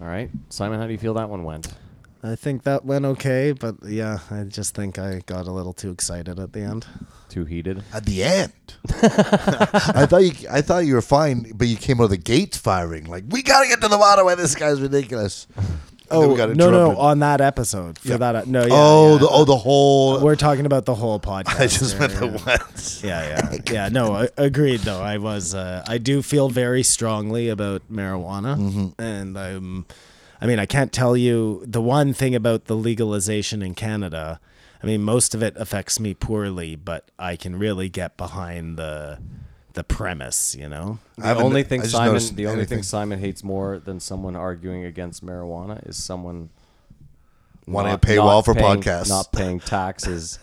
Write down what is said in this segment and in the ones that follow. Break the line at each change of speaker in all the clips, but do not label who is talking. All right, Simon, how do you feel that one went?
I think that went okay, but yeah, I just think I got a little too excited at the end.
Too heated.
At the end, I thought you, I thought you were fine, but you came out of the gates firing like, "We gotta get to the bottom. Why this guy's ridiculous." And then we
Oh
got
no, no,
interrupted.
on that episode for
Yeah.
that. no, yeah,
oh,
yeah.
the oh the whole.
we're talking about the whole podcast.
I just
yeah,
meant the
yeah.
ones.
Yeah, yeah, yeah. No, I, agreed. Though I was, uh, I do feel very strongly about marijuana,
Mm-hmm.
and I'm, I mean, I can't tell you the one thing about the legalization in Canada. I mean, most of it affects me poorly, but I can really get behind the, the premise. You know,
I
The
haven't-
only thing
I just
Simon,
noticed
the only
anything.
thing Simon hates more than someone arguing against marijuana is someone
Wanting
not-
a paywall
not
for
paying-
podcasts.
not paying taxes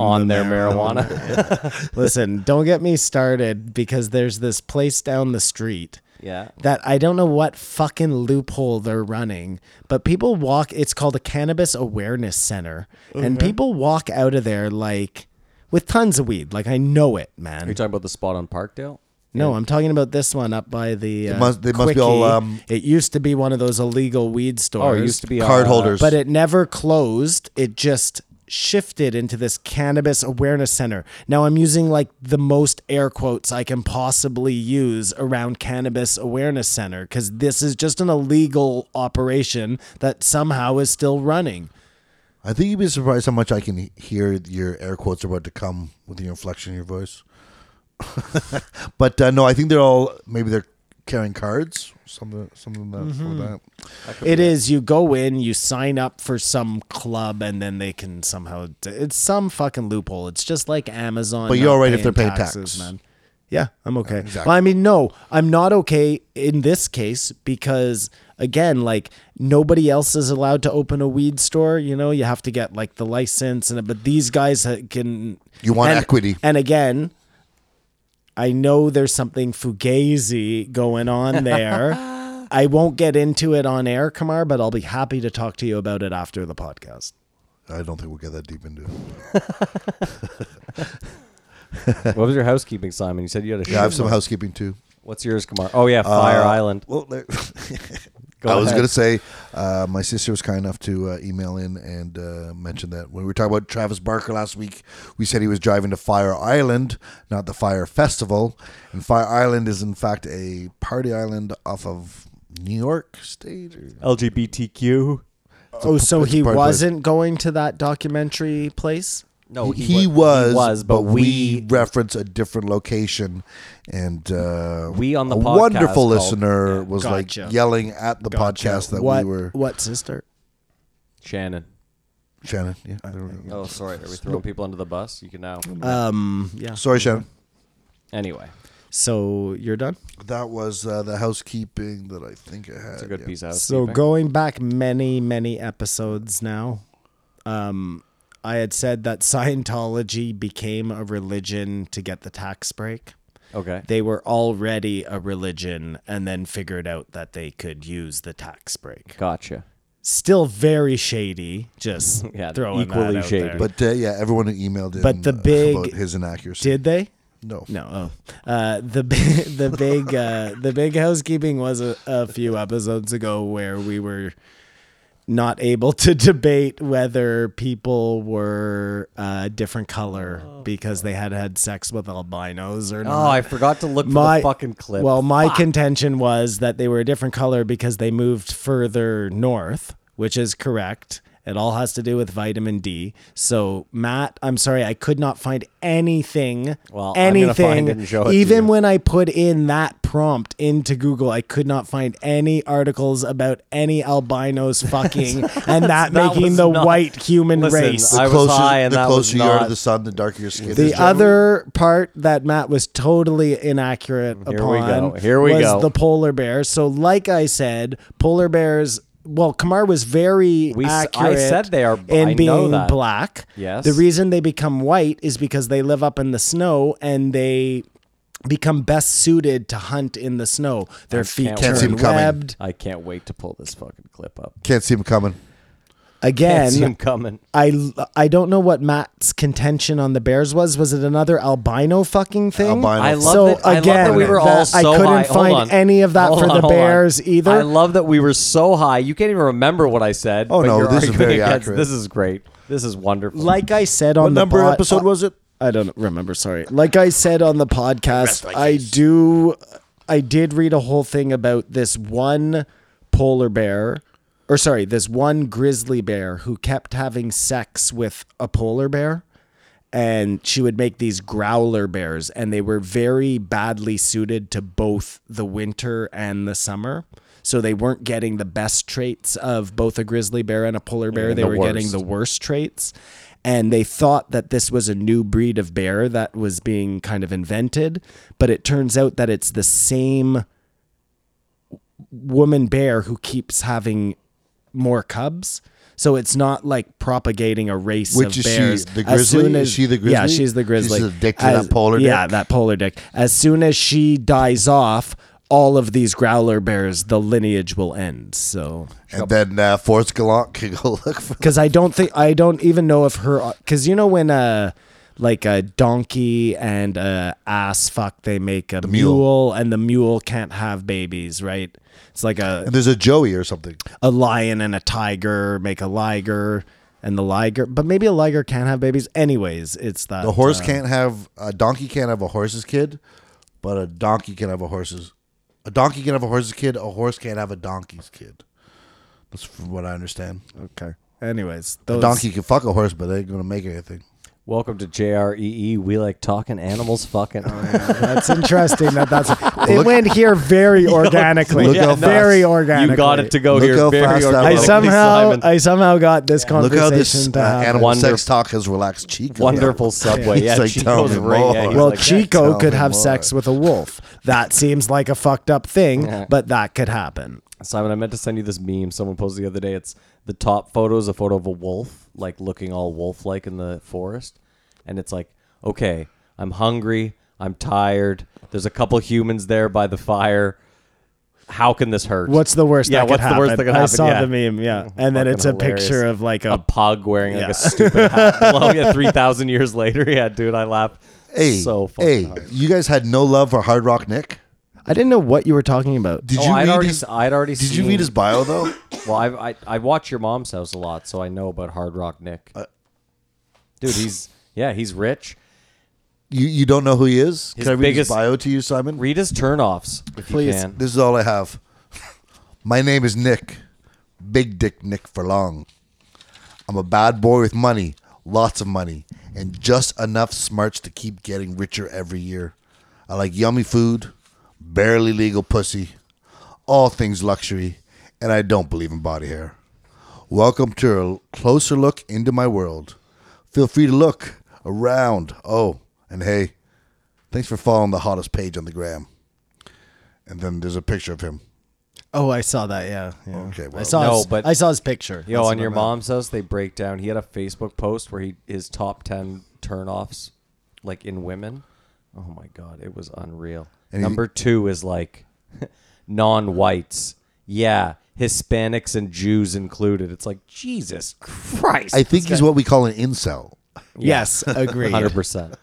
on,
the
their
marijuana.
marijuana.
Listen, don't get me started because there's this place down the street.
Yeah.
That I don't know what fucking loophole they're running, but people walk, it's called a cannabis awareness center. And people walk out of there like with tons of weed. Like I know it, man.
Are you talking about the spot on Parkdale?
no, I'm talking about this one up by the. Uh,
must- they must be all,
Quickie.
um,
it used to be one of those illegal weed
Oh,
stores.
it used to be
Card
uh,
holders.
But it never closed. It just shifted into this cannabis awareness center. Now I'm using like the most air quotes I can possibly use around cannabis awareness center because this is just an illegal operation that somehow is still running.
I think you'd be surprised how much I can he- hear your air quotes about to come with your inflection in your voice. but uh, no, I think they're all maybe they're carrying cards, something, something that for that.
It is you go in, you sign up for some club, and then they can somehow. It's some fucking loophole. It's just like Amazon.
But you're
not
all right if they're paying tax.
Yeah, I'm okay.
exactly.
Well, I mean, no, I'm not okay in this case because again, like nobody else is allowed to open a weed store. You know, you have to get like the license, and but these guys ha- can.
You want
and-
equity.
and again. I know there's something fugazi going on there. I won't get into it on air, Kamar, but I'll be happy to talk to you about it after the podcast.
I don't think we'll get that deep into it.
What was your housekeeping, Simon? You said you had a
Yeah, I have
shit
some
one.
housekeeping too.
What's yours, Kamar? Oh yeah, Fire
Uh,
Island.
Well, there-
Go
I was
ahead.
going to say, uh, my sister was kind enough to uh, email in and uh, mention that when we were talking about Travis Barker last week, we said he was driving to Fire Island, not the Fire Festival. And Fire Island is, in fact, a party island off of New York State. or-
Oh, LGBTQ.
Oh, so
it's
he
part of it.
wasn't going to that documentary place?
No,
he,
he,
he
wa-
was,
He was, but, we
reference a different location, and uh,
We on the
a
podcast
wonderful
called-
listener
Yeah,
was
gotcha.
like yelling at the
Gotcha.
podcast that
what,
we were
What sister?
Shannon.
Shannon. Yeah, I don't know.
Oh, sorry. Are we throwing people under the bus? You can now.
Um, yeah.
Sorry, Shannon.
Anyway,
So you're done?
That was uh, the housekeeping that I think I had.
it's a good
yeah.
piece of
Uh, So
housekeeping.
going back many, many episodes now, um, I had said that Scientology became a religion to get the tax break.
Okay.
They were already a religion and then figured out that they could use the tax break.
Gotcha.
Still very shady, just
Yeah,
throwing
equally
that out
shady.
there.
But uh, yeah, everyone who emailed in
But the
uh,
big-
about his inaccuracy.
did they?
no,
No. Oh. Uh, the bi- the big uh, the big housekeeping was a, a few episodes ago where we were not able to debate whether people were uh, different color because they had had sex with albinos or
Oh,
not.
I forgot to look for the fucking clip.
Well, my contention was that they were a different color because they moved further north, which is correct. It all has to do with vitamin D. So, Matt, I'm sorry, I could not find anything.
Well, I'm
anything.
gonna find it and show it to
even
you.
when I put in that prompt into Google, I could not find any articles about any albinos fucking and
That
that, making
was
the
not-
white human
Listen,
race.
I was
closer,
high and
the
that was
closer you are
not-
to the sun, the darker your skin. is.
The other part that Matt was totally inaccurate
Here we
upon
go. Here we
was
go.
the polar bear. So, like I said, polar bears. Well, Kamar was very
We s- I
accurate.
said they are-
in
I know
being
that.
black.
Yes.
The reason they become white is because they live up in the snow and they become best suited to hunt in the snow. Their feet
can't
wait. Can't see
turn
'em coming.
webbed.
I can't wait to pull this fucking clip up.
Can't see him coming.
Can't see him
Again,
coming.
I I don't know what Matt's contention on the Bears was. Was it another albino fucking thing?
Albino.
I love
so
that. I love
again,
that we were all
that- I
so
couldn't
high. Hold
find
on.
any of that
Hold
for
on,
the
hold on.
Bears either.
I love that we were so high. You can't even remember what I said.
Oh,
but
no,
you're
this is
arguing
very
against-
accurate.
This is great. This is wonderful.
like I said on
What
the
number
pod-
episode was it?
I don't remember. Sorry. Like I said on the podcast, I do. I did read a whole thing about this one polar bear, or sorry, this one grizzly bear who kept having sex with a polar bear. And she would make these growler bears, and they were very badly suited to both the winter and the summer. So they weren't getting the best traits of both a grizzly bear and a polar bear. They
the
were getting
worst.
the the worst traits. And they thought that this was a new breed of bear that was being kind of invented. But it turns out that it's the same woman bear who keeps having more cubs. So it's not like propagating a race
Which
of
is she,
bears.
the
As
grizzly?
soon
Is
as-
she the
Yeah,
grizzly?
she's the
She's
grizzly.
addicted to that polar
Yeah,
dick?
that polar dick. As soon as she dies off, all of these growler bears, the lineage will end. So
And then uh, Forrest Gallant can go look for.
because I don't think I don't even know if her because you know when uh like a donkey and a ass fuck they make a mule.
mule.
and the mule can't have babies right it's like a
And there's a Joey or something.
a lion and a tiger make a liger and the liger but maybe a liger can't have babies anyways it's that
A horse
uh,
can't have a donkey can't have a horse's kid, but a donkey can have a horse's. A donkey can have a horse's kid. A horse can't have a donkey's kid. That's from what I understand.
Oh,
uh, okay anyways those,
A donkey can fuck a horse, but they ain't gonna make anything.
Welcome to JREE. E. We like talking animals. Fucking.
that's interesting that that's it went here very organically
look how fast-
very organically
You got it to go
Look
here.
how
very
fast that
I
organically,
was.
somehow
Simon.
I somehow got this
Look
conversation
how this
to
uh,
happen.
animal
Wonder-
sex talk has relaxed Chico.
Wonderful subway.
He's
Yeah,
like, tell
Chico's
me
ring. Yeah,
more.
he's
Well,
like,
Chico
tell
could
me
have
more.
sex with a wolf. That seems like a fucked up thing,
Yeah.
but that could happen.
Simon, I meant to send you this meme someone posted the other day. It's the top photo is a photo of a wolf, like looking all wolf like in the forest. And it's like, okay, I'm hungry. I'm tired. There's a couple humans there by the fire. How can this hurt?
What's the worst?
Yeah,
that
what's
could
the worst
happen?
that could happen?
I saw
Yeah. Mm-hmm.
the meme. Yeah, and then
Fucking
it's a
hilarious. Oh,
picture of like
a
a.
pug wearing like
Yeah.
a stupid hat? Well, yeah, three thousand years later. Yeah, dude, I laugh.
Hey,
so fucking
hey,
hard.
you guys had no love for Hard Rock Nick.
I didn't know what you were talking about.
Did
Oh,
you
I'd
read
already,
his?
I'd already.
Did you
seen-
read his bio though?
Well, I, I I watch your mom's house a lot, so I know about Hard Rock Nick.
Uh,
Dude, he's yeah, he's rich.
You you don't know who he is?
His
Can I read
biggest-
his bio to you, Simon?
Read his turnoffs if
Please.
you can.
This is all I have. My name is Nick, Big Dick Nick for long. I'm a bad boy with money, lots of money, and just enough smarts to keep getting richer every year. I like yummy food, barely legal pussy, all things luxury, and I don't believe in body hair. Welcome to a closer look into my world. Feel free to look around. Oh, and hey, thanks for following the hottest page on the gram. And then there's a picture of him.
Oh, I saw that. Yeah. yeah.
Okay, well,
I saw.
no,
his,
but-
I saw his picture.
Yo,
That's
on
what
your
I meant.
mom's house, they break down. He had a Facebook post where he his top ten turnoffs, like in women. Oh my god, it was unreal.
And he-
Number two is like non-whites. Yeah, Hispanics and Jews included. It's like Jesus Christ.
I think he's what we call an incel.
Yes, agreed.
hundred percent.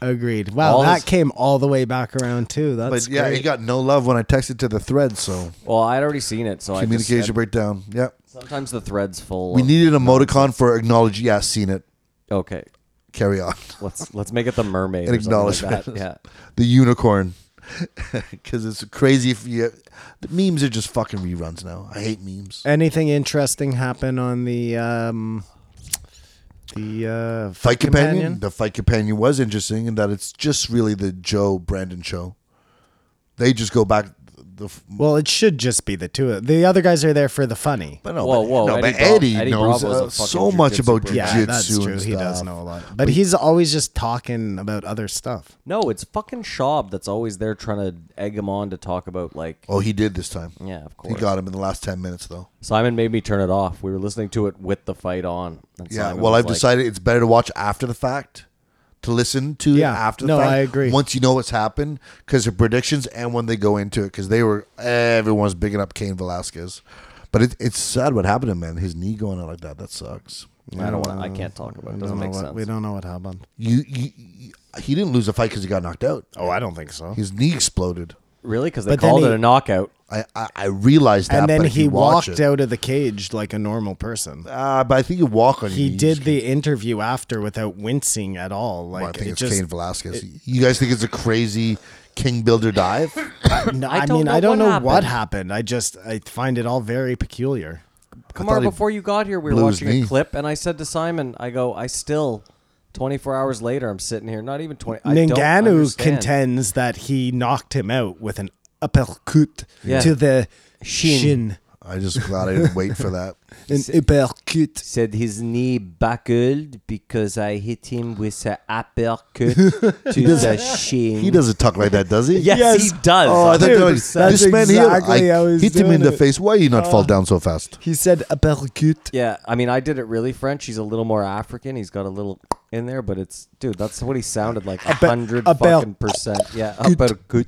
Agreed. Wow,
All
that
his-
came all the way back around too. That's
But yeah,
great.
he got no love when I texted to the thread. So
Well, I'd already seen it, so I just-
communication breakdown. Yeah,
sometimes the thread's full.
we
of-
needed an emoticon for acknowledge. Yeah, seen it.
okay.
Carry on.
Let's let's make it the mermaid.
An
or something Like
acknowledgement.
that. Yeah.
The unicorn, because it's crazy. If you, the memes are just fucking reruns now. I hate memes.
Anything interesting happen on the um the uh,
Fight companion? The fight companion was interesting in that it's just really the Joe Brandon show. They just go back. The f-
Well, it should just be the two. of The other guys are there for the funny.
but no,
Whoa,
but,
whoa,
no,
Eddie
but
Bravo-
Eddie,
Eddie
knows
Bravo's a fucking
uh, so much
jujitsu
about
bro.
jujitsu.
yeah, that's true.
and
He does
stuff.
know a lot, but, he's always just talking about other stuff.
No, it's fucking Schaub that's always there trying to egg him on to talk about like.
Oh, he did this time.
Yeah, of
He
course.
got him in the last ten minutes though.
Simon made me turn it off. We were listening to it with the fight on. and
Yeah.
Simon
well,
was
I've
like,
decided it's better to watch after the fact, to listen to
Yeah,
it after the
no,
fact.
I agree.
Once you know what's happened, because of predictions and when they go into it, because they were everyone's bigging up Kane Velasquez, But it, it's sad what happened to him, man. His knee going out like that. That sucks.
I don't
Mm,
want. I can't talk about it.
We
Doesn't
don't know
make
what-
sense.
We don't know what happened.
You, you, you he didn't lose a fight because he got knocked out.
Oh, I don't think so.
His knee exploded.
Really? Because they
But then
called
he-
it a knockout.
I, I, I realized that.
and then
but if
he
you watch
walked
it-
out of the cage like a normal person.
Uh, but I think you walk on. your
He
knees.
did the interview after without wincing at all. Like
Well, I think
it
it's
just,
Cain Velasquez. you guys think it's a crazy King Builder dive?
No,
I
I,
don't
mean,
know
I don't
what
know what happened. I just I find it all very peculiar.
Kamar,
thought he
before you got here, we were
blew his
watching a
knee.
clip, and I said to Simon, "I go, I still." 24 hours later, I'm sitting here. Not even 20. I don't
Ninganu
understand.
contends that he knocked him out with an uppercut
Yeah.
to the
Shin.
shin.
I just glad I didn't wait for that.
An uppercut.
said his knee buckled because I hit him with an uppercut to the shin.
He doesn't talk like that, does he?
Yes,
Yes.
he does.
Oh, I thought
Dude,
they were like,
that's
this man here,
exactly how
I
he's
hit him
doing
in the
it. Uh.
face. Why you not fall down so fast?
He said uppercut.
yeah, I mean, I did it really French. He's a little more African. He's got a little in there, but it's dude. That's what he sounded like. A hundred
a bell-
fucking percent. Yeah, uppercut.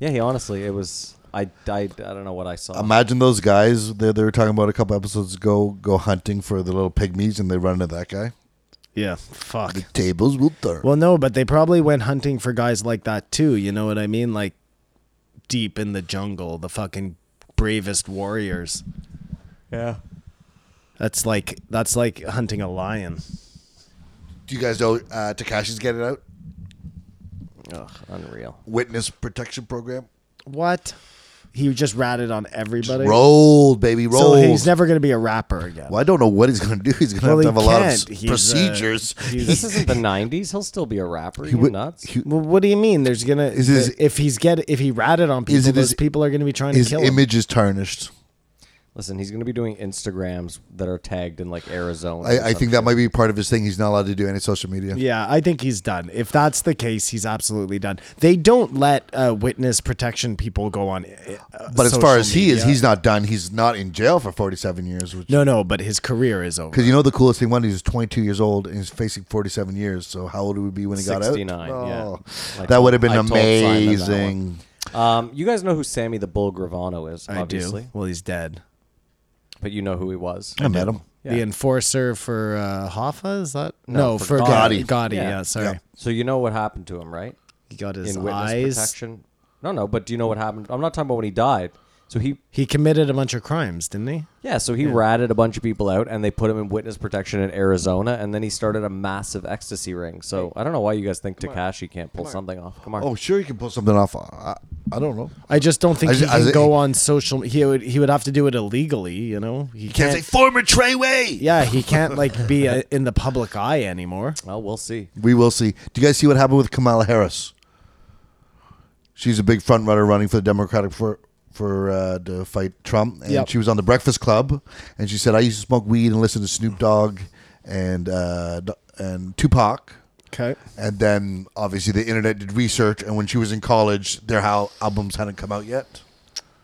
Yeah, he honestly, it was. I died. I don't know what I saw.
Imagine those guys that they were talking about a couple episodes ago go hunting for the little pygmies and they run into that guy.
Yeah, fuck.
The tables will turn.
Well, no, but they probably went hunting for guys like that too. You know what I mean? Like deep in the jungle, the fucking bravest warriors.
yeah.
That's like that's like hunting a lion.
Do you guys know uh, Takashi's getting out?
Ugh, unreal.
Witness protection program.
What? He just ratted on everybody.
Rolled, baby,
So
rolled.
he's never going to be a rapper again.
well, I don't know what he's going to do. He's going to
Well,
have
he
to have a lot of s-
can't. He's, uh,
procedures.
he's-
This isn't the '90s. He'll still be a rapper. You
would-
nuts?
he-
Well, what do you mean? There's gonna
Is his-
if he's get if he ratted on people,
Is it
those
his-
people are gonna be trying to
His
kill him.
image is tarnished.
Listen, he's going to be doing Instagrams that are tagged in like Arizona.
I, I think that might be part of his thing. He's not allowed to do any social media.
Yeah, I think he's done. If that's the case, he's absolutely done. They don't let uh, witness protection people go on. Uh,
But as far
social
as he is,
media.
he's not done. He's not in jail for 47 years. Which,
no, no. But his career is over.
Because you know the coolest thing, one, he was 22 years old and he's facing 47 years. So how old would he be when he got out? Oh,
69, yeah. Like,
that would have been
I told Simon that one.
amazing.
Um, you guys know who Sammy the Bull Gravano is,
I
obviously,
do. Well, he's dead.
but you know who he was.
I met him.
Yeah.
The enforcer for uh, Hoffa is that
No,
no,
for
for, Gotti.
Gotti.
Gotti.
Yeah.
yeah. sorry.
Yeah.
So you know what happened to him, right?
He got his
In witness
eyes.
protection. No, no, but do you know what happened? I'm not talking about when he died. So he,
He committed a bunch of crimes, didn't he?
yeah, so he ratted a bunch of people out, and they put him in witness protection in Arizona, and then he started a massive ecstasy ring. So I don't know why you guys think Takashi can't pull something off. Come on.
Oh, sure, he can pull something off. I, I don't know.
I just don't think
I
he
ju- I
can
ju-
go on social. He would he would have to do it illegally. You know, he can't.
Can't say former Treyway.
yeah, he can't like be uh in the public eye anymore.
well, we'll see.
We will see. Do you guys see what happened with Kamala Harris? She's a big front runner running for the Democratic for for uh, to fight Trump, and
Yep.
she was on the Breakfast Club, and she said, "I used to smoke weed and listen to Snoop Dogg and uh, D- and Tupac."
Okay.
And then obviously the internet did research, and when she was in college, their how albums hadn't come out yet.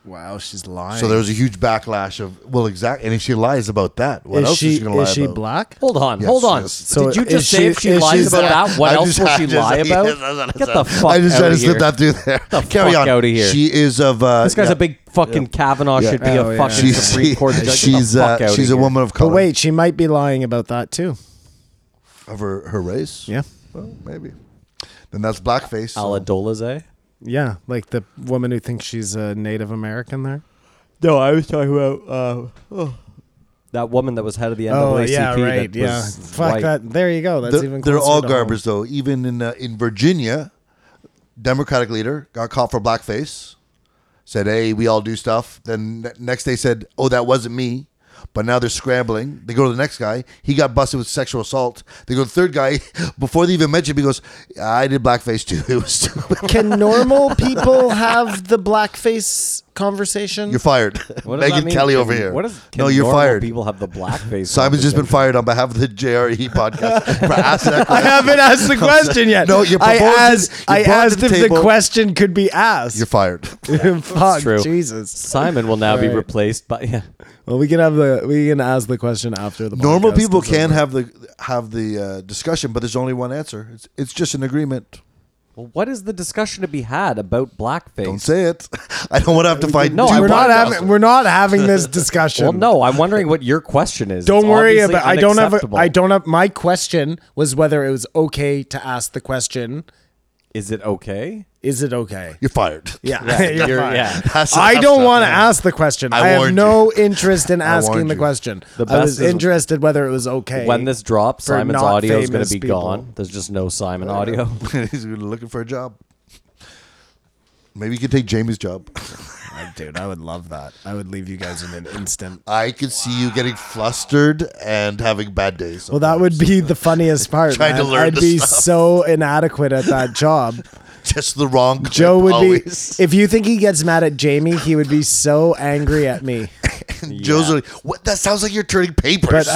Wow, she's lying.
So there was a huge backlash of well, exactly. And if she lies about that, what
is
else
she
is she going to lie
is she
about?
black?
Hold on,
Yes,
hold on.
yes.
So
Did you
is
just say
she-
if she
is
lies
she-
about that, what
I'm
else
just-
will
I
she
just-
lie
yes,
about?
that's what I
Get the
said.
fuck
I just
out
tried to
of
slip
here.
that through there.
the
Carry
fuck
on.
outta here.
She is of. Uh,
This guy's
yeah.
a big fucking Kavanaugh. Should be
Oh,
a
yeah.
fucking
She's
Supreme
she,
Court judge.
she's
Get the fuck
uh,
out
she's a
of here.
woman of
But
color.
wait, she might be lying about that too.
of her, her race.
Yeah.
well, maybe. Then that's blackface. so-
Aladolaze.
Yeah, like the woman who thinks she's a Native American there.
No, I was talking about uh, that woman that was head of the NAACP. that
Oh, Yeah.
was
Fuck
white.
that. There you go. That's
They're,
even
they're
closer
all
to home.
garbage though. Even in uh, in Virginia, Democratic leader got caught for blackface. Said, "Hey, we all do stuff." Then ne- next day said, "Oh, that wasn't me." But now they're scrambling. They go to the next guy. He got busted with sexual assault. They go to the third guy. Before they even mention, it, he goes, "I did blackface too. It was stupid.
Can normal people have the blackface conversation?
You're fired."
What does that
Megan
mean?
Kelly
Can-
over here.
What is?
no,
can
you're
normal
fired.
People have the blackface.
Simon's just
conversation?
been fired on behalf of the JRE podcast for asking that
I
question.
haven't asked the question yet.
No, you
I
proposed it-
asked.
you
I
brought it to
asked
the
if
table.
the question could be asked.
You're fired.
Fuck,
true.
Jesus.
Simon will now be
Right.
replaced by. Yeah.
Well, we can have the we can ask the question after the
Normal
podcast
people
is
can
over.
have the have the uh, discussion, but there's only one answer. It's it's just an agreement.
Well, what is the discussion to be had about blackface?
Don't say it. I don't want to have to fight.
No,
two
I
we're not
apologize.
having we're not having this discussion.
well, no, I'm wondering what your question is.
Don't
It's
worry
obviously
about. I don't have. A,
unacceptable.
I don't have. My question was whether it was okay to ask the question.
Is it okay?
Is it okay?
You're fired.
Yeah,
you're-
fine.
yeah.
That's-
I
that's
don't
not-
want to ask the question.
I
I, have
warned
no interest in
I
asking
warned
the
you.
question.
The
I
best
was
is-
interested whether it was okay.
When this drops,
For
Simon's
not
audio is going
famous
to be
people.
gone. There's just no Simon audio.
He's looking for a job. Maybe you could take Jamie's job.
I- dude, I would love that. I would leave you guys in an instant.
I could see you getting flustered and having bad days.
Well, that would be the funniest part.
Trying to
man.
learn
I'd
the
be
stuff.
so inadequate at that job.
just the wrong. clip
Joe would
always.
be. If you think he gets mad at Jamie, he would be so angry at me.
And Joe's like, "What? That sounds like you're turning papers."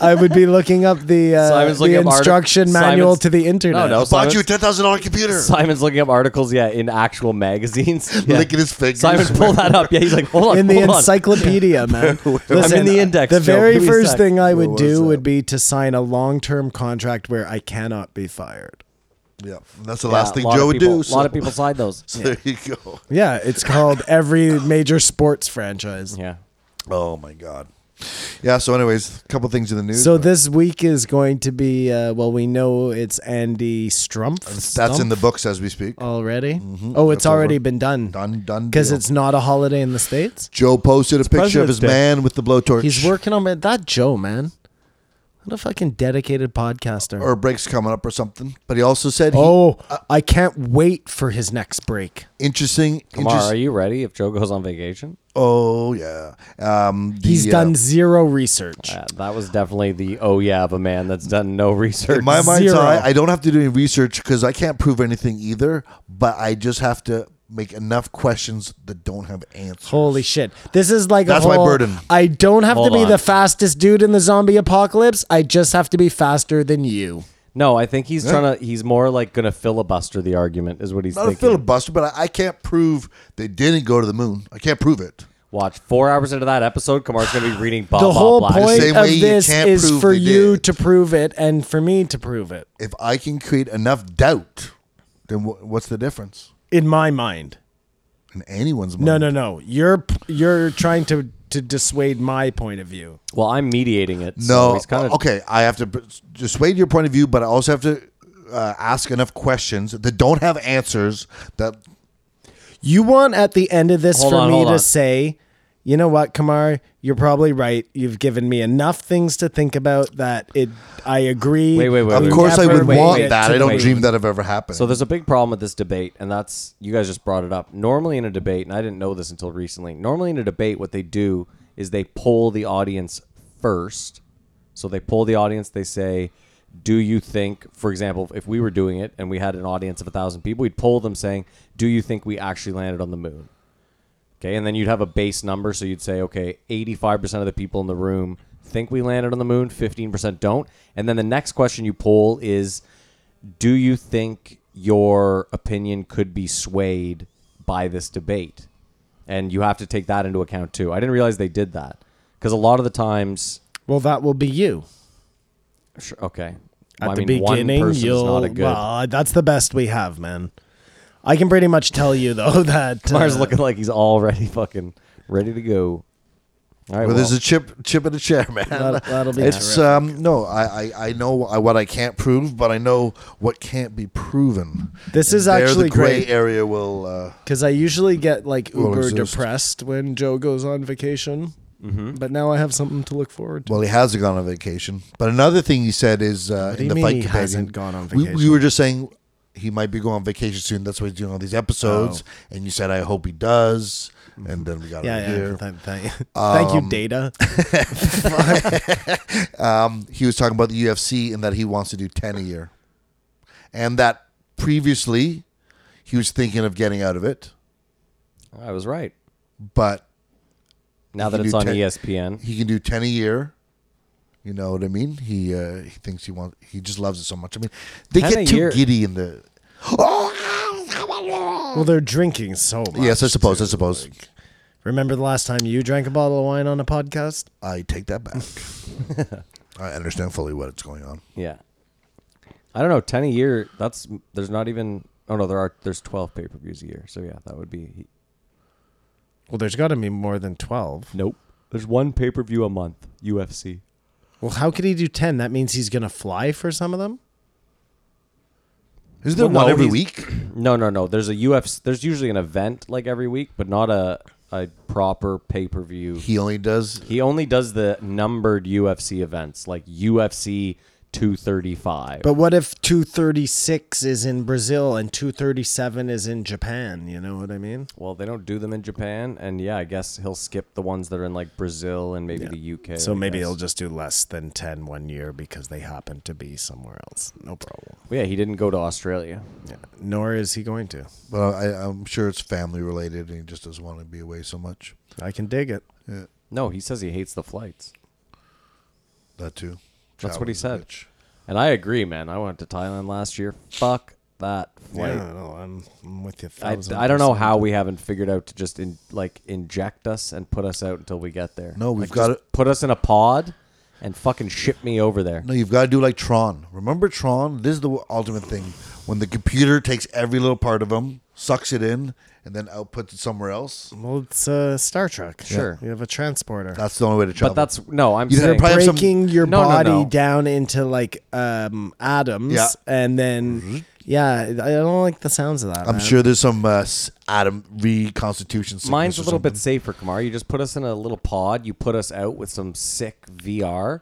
I would be looking up the uh,
Simon's looking
the
up artic-
instruction manual
Simon's-
to the
No,
internet.
no.
Bought
Simon's-
you a ten thousand dollar computer.
Simon's looking up articles, yeah, in actual magazines. Yeah.
Licking his fingers.
Simon, pull that up. Yeah, he's like, hold on,
in the
hold on.
encyclopedia, man.
in the index,
The
Joe.
very
Give me a
first
sec.
thing I would
was
do
that?
would be to sign a long-term contract where I cannot be fired.
Yeah, that's the
Yeah,
last thing
a lot of
Joe would
people-
do.
A lot of people side those.
So there you go.
Yeah, it's called every major sports franchise.
Yeah.
Oh my god. Yeah. So, anyways, a couple things in the news.
So this week is going to be uh, well, we know it's Andy Strumpf.
that's
Stumpf
in the books as we speak.
already.
Mm-hmm.
Oh, it's
that's
already
over.
been done
done. Done.
because
deal.
it's not a holiday in the states.
Joe posted a picture of
President's
his
Day.
man with the blowtorch.
He's working on it. That Joe man, what a fucking dedicated podcaster.
or breaks coming up or something. But he also said, he, uh,
oh, I can't wait for his next break.
interesting."
Kamar,
interest-
are you ready if Joe goes on vacation?
oh yeah. Um, the,
He's
uh,
done zero research.
Yeah, Uh, that was definitely the oh yeah of a man that's done no research.
In my mind's
Zero.
eye, I don't have to do any research because I can't prove anything either. But I just have to make enough questions that don't have answers.
Holy shit. This is like
That's
a
my
whole,
burden.
I don't have
Hold
to be
on.
the fastest dude in the zombie apocalypse. I just have to be faster than you.
no, I think he's trying to. He's more like going to filibuster the argument, is what he's
Not a
thinking.
filibuster, but I, I can't prove they didn't go to the moon. I can't prove it.
Watch four hours into that episode, Kamar's going to be reading Bob.
the whole
Black.
point
same
of
way you
this
can't
is
prove
for
they
you
did.
to prove it and for me to prove it.
If I can create enough doubt, then wh- what's the difference
In my mind.
in anyone's mind?
No, no, no. You're you're trying to to dissuade my point of view.
Well, I'm mediating it. so
No.
he's kind of
okay, I have to b- dissuade your point of view, but I also have to uh, ask enough questions that don't have answers. That
You want at the end of this
Hold
for
on,
me
hold
to
on.
say, you know what, Kamar, you're probably right. You've given me enough things to think about that it. I agree.
Wait, wait, wait,
of
wait,
course I
wait,
would
wait,
want
wait,
that. I
wait,
don't
wait.
dream that have ever happened.
So there's a big problem with this debate, and that's you guys just brought it up. Normally in a debate, and I didn't know this until recently. Normally in a debate, what they do is they poll the audience first. So they poll the audience. They say, "Do you think, for example, if we were doing it and we had an audience of a thousand people, we'd poll them saying, "Do you think we actually landed on the moon?" Okay, and then you'd have a base number, so you'd say, okay, 85% of the people in the room think we landed on the moon, 15% don't. And then the next question you poll is do you think your opinion could be swayed by this debate? And you have to take that into account too. I didn't realize they did that because a lot of the times,
Well, that will be you.
sure, okay.
At
I
the
mean, one
beginning,
person's
you'll.
not a good.
Well, that's the best we have, man. I can pretty much tell you though that
Mars
uh,
looking like he's already fucking ready to go. All right,
Well,
well,
there's a chip chip in the chair, man.
That'll- that'll be
it's
terrific.
um no, I I, I know I, what I can't prove, but I know what can't be proven.
This
And
is
there
actually
the gray
great.
area will. Uh,
because I usually get like
Will
uber
exist.
depressed when Joe goes on vacation,
Mm-hmm.
but now I have something to look forward to.
well, he hasn't gone on vacation. But another thing he said is
do
uh, in
you
the
mean
fight
he
companion,
hasn't gone on
we- We,
vacation?
were just saying he might be going on vacation soon. That's why he's doing all these episodes. And you said I hope he does. And then we got
Oh. Mm-hmm. yeah,
him
yeah.
here.
Thank, thank- thank you, Data.
Um, he was talking about the UFC and that he wants to do ten a year, and that previously he was thinking of getting out of it,
I was right.
but
Now
You
that
do
it's on E
ten-
ESPN,
he can do 10 a year you know what i mean he uh, he thinks he wants he just loves it so much i mean they
10 a
get too
year-
giddy in the Oh,
Well, they're drinking so much.
yes i suppose i suppose
Remember the last time you drank a bottle of wine on a podcast?
i take that back i understand fully what it's going on
yeah. I don't know. Ten a year. That's there's not even. Oh no, there are. There's twelve pay per views a year. So yeah, that would be.
Well, there's got to be more than 12.
Nope. There's one pay per view a month. UFC.
Well, how could he do 10? That means he's going to fly for some of them?
Is there
Well,
one
no,
every
he's-
week?
No, no, no. There's a UFC. There's usually an event like every week, but not a a proper pay per view.
He only does.
He only does the numbered UFC events, like UFC 235.
But what if 236 is in Brazil and 237 is in Japan? You know what I mean?
well, they don't do them in Japan, and yeah, I guess he'll skip the ones that are in like Brazil and maybe the UK.
So maybe
he'll
he'll just do less than 10 one year because they happen to be somewhere else. No problem.
yeah, he didn't go to Australia.
Yeah. Nor is he going to.
Well, I, I'm sure it's family related, and he just doesn't want to be away so much.
I can dig it.
Yeah,
No, he says he hates the flights,
that too.
That's what he
Traveling's
said.
bitch.
and I agree, man. I went to Thailand last year. Fuck that flight.
Yeah, no, I'm, I'm with you.
I,
1000%.
I don't know how we haven't figured out to just in, like inject us and put us out until we get there.
No,
Like,
we've got
just
it.
Put us in a pod and fucking ship me over there.
No, you've got to do like Tron. Remember Tron? This is the ultimate thing when the computer takes every little part of him, sucks it in, and then outputs it somewhere else.
Well, it's uh, Star Trek.
Sure.
You have a transporter.
That's the only way to travel.
But that's no. I'm
You
saying
didn't probably- have some-
breaking your
No, no,
body
no.
down into like um atoms
Yeah. Mm-hmm.
and then yeah i don't like the sounds of that
I'm
man.
sure there's some uh, s- atom reconstitution. sickness
mine's a
or
little bit
something.
safer, Kamar. You just put us in a little pod. You put us out with some sick VR.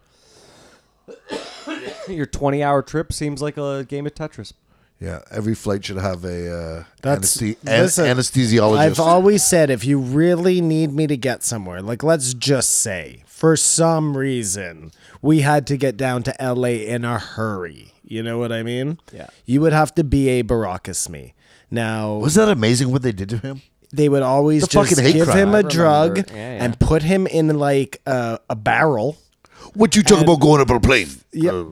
Your 20 hour trip seems like a game of Tetris.
Yeah, every flight should have a uh,
That's-
anesthe- an-
listen,
anesthesiologist.
i've always said if you really need me to get somewhere like let's just say for some reason we had to get down to la in a hurry you know what i mean
Yeah.
you would have to be a baracus me now
was that amazing what they did to him?
they would always
The
just
fucking hate
give
crime.
him a
I
remember.
drug
Yeah, yeah.
and put him in like a, a barrel
What you talk about going up on a plane? Uh,
Yeah.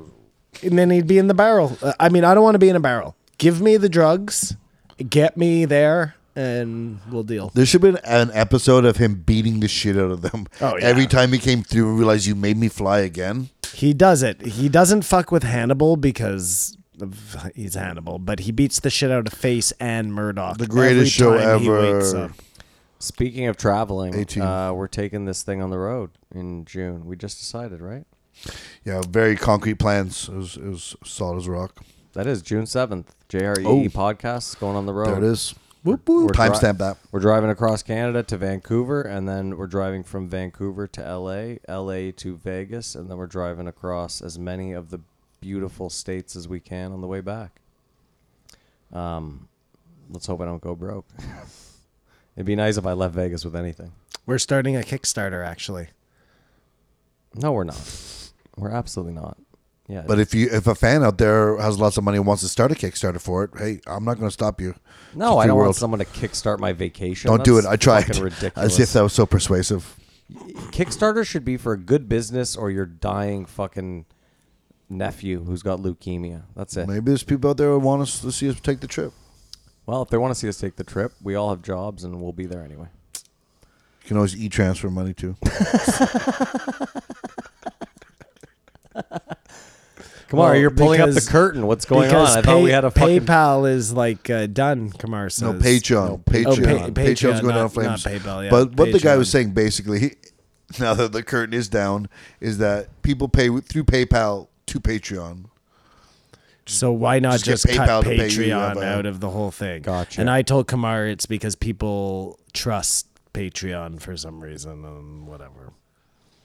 and then he'd be in the barrel. Uh, I mean, I don't want to be in a barrel. Give me the drugs, get me there, and we'll deal.
There should have been an episode of him beating the shit out of them.
Oh, yeah.
Every time he came through and realized you made me fly again.
He does it. He doesn't fuck with Hannibal because of, he's Hannibal, but he beats the shit out of Face and Murdoch.
The
every
greatest show
time he wakes
ever.
up.
Speaking of traveling,
18.
uh, we're taking this thing on the road in June. We just decided, right?
Yeah, very concrete plans. It was, it was solid as a rock.
That is June 7th. JRE
Oh.
podcast E going on the road.
There it is.
Whoop, whoop.
We're dri-
Timestamp that.
We're driving across Canada to Vancouver, and then we're driving from Vancouver to LA, LA to Vegas, and then we're driving across as many of the beautiful states as we can on the way back. Um, let's hope I don't go broke. It'd be nice if I left Vegas with anything.
We're starting a Kickstarter, actually.
No, we're not. We're absolutely not. Yeah,
But if you if a fan out there has lots of money and wants to start a Kickstarter for it, hey, I'm not going to stop you.
no,
It's a
I
free
don't want
world.
someone to kickstart my vacation.
Don't do it.
That's
I tried.
fucking
As if
Ridiculous.
that was so persuasive.
Kickstarter should be for a good business or your dying fucking nephew who's got leukemia. That's it.
Maybe there's people out there who want us to see us take the trip.
Well, if they want to see us take the trip, we all have jobs and we'll be there anyway.
You can always e-transfer money too.
Come on,
Well,
you're pulling up the
because-
curtain. What's going on?
because
I thought
pay-
we had a fucking.
PayPal is like uh, done. Kamar says
No, Patreon. Patreon.
Oh, pa-
Patreon's
Patreon,
going down in
not-
flames.
not PayPal, yeah,
But what the guy
Patreon.
was saying basically, he, now that the curtain is down, is that people pay with- through PayPal to Patreon.
So why not
Just get
just, cut
PayPal to pay you,
Patreon
have a-
out of the whole thing?
Gotcha.
And I told Kamar it's because people trust Patreon for some reason and whatever.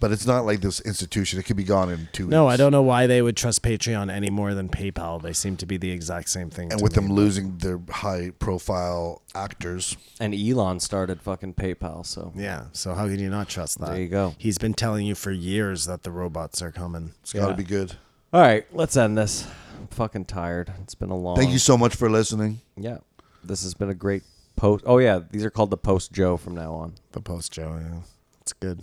But it's not like this institution. It could be gone in two.
No,
weeks.
I don't know why they would trust Patreon any more than PayPal. They seem to be the exact same thing.
And
to
with
me.
them losing their high-profile actors,
And Elon started fucking PayPal, so
yeah. So how can you not trust that?
there you go.
He's been telling you for years that the robots are coming.
it's got to
Yeah.
be good.
All right, let's end this. I'm fucking tired. It's been a long.
Thank you so much for listening.
Yeah, this has been a great post. Oh yeah, these are called the post Joe from now on.
The post Joe, yeah. it's good.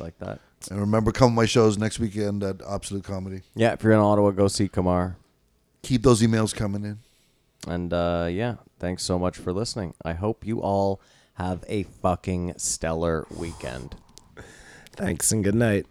I like that.
And remember, come to my shows next weekend at Absolute Comedy.
Yeah, if you're in Ottawa, go see Kamar.
Keep those emails coming in.
And uh, yeah, thanks so much for listening. I hope you all have a fucking stellar weekend.
Thanks and good night.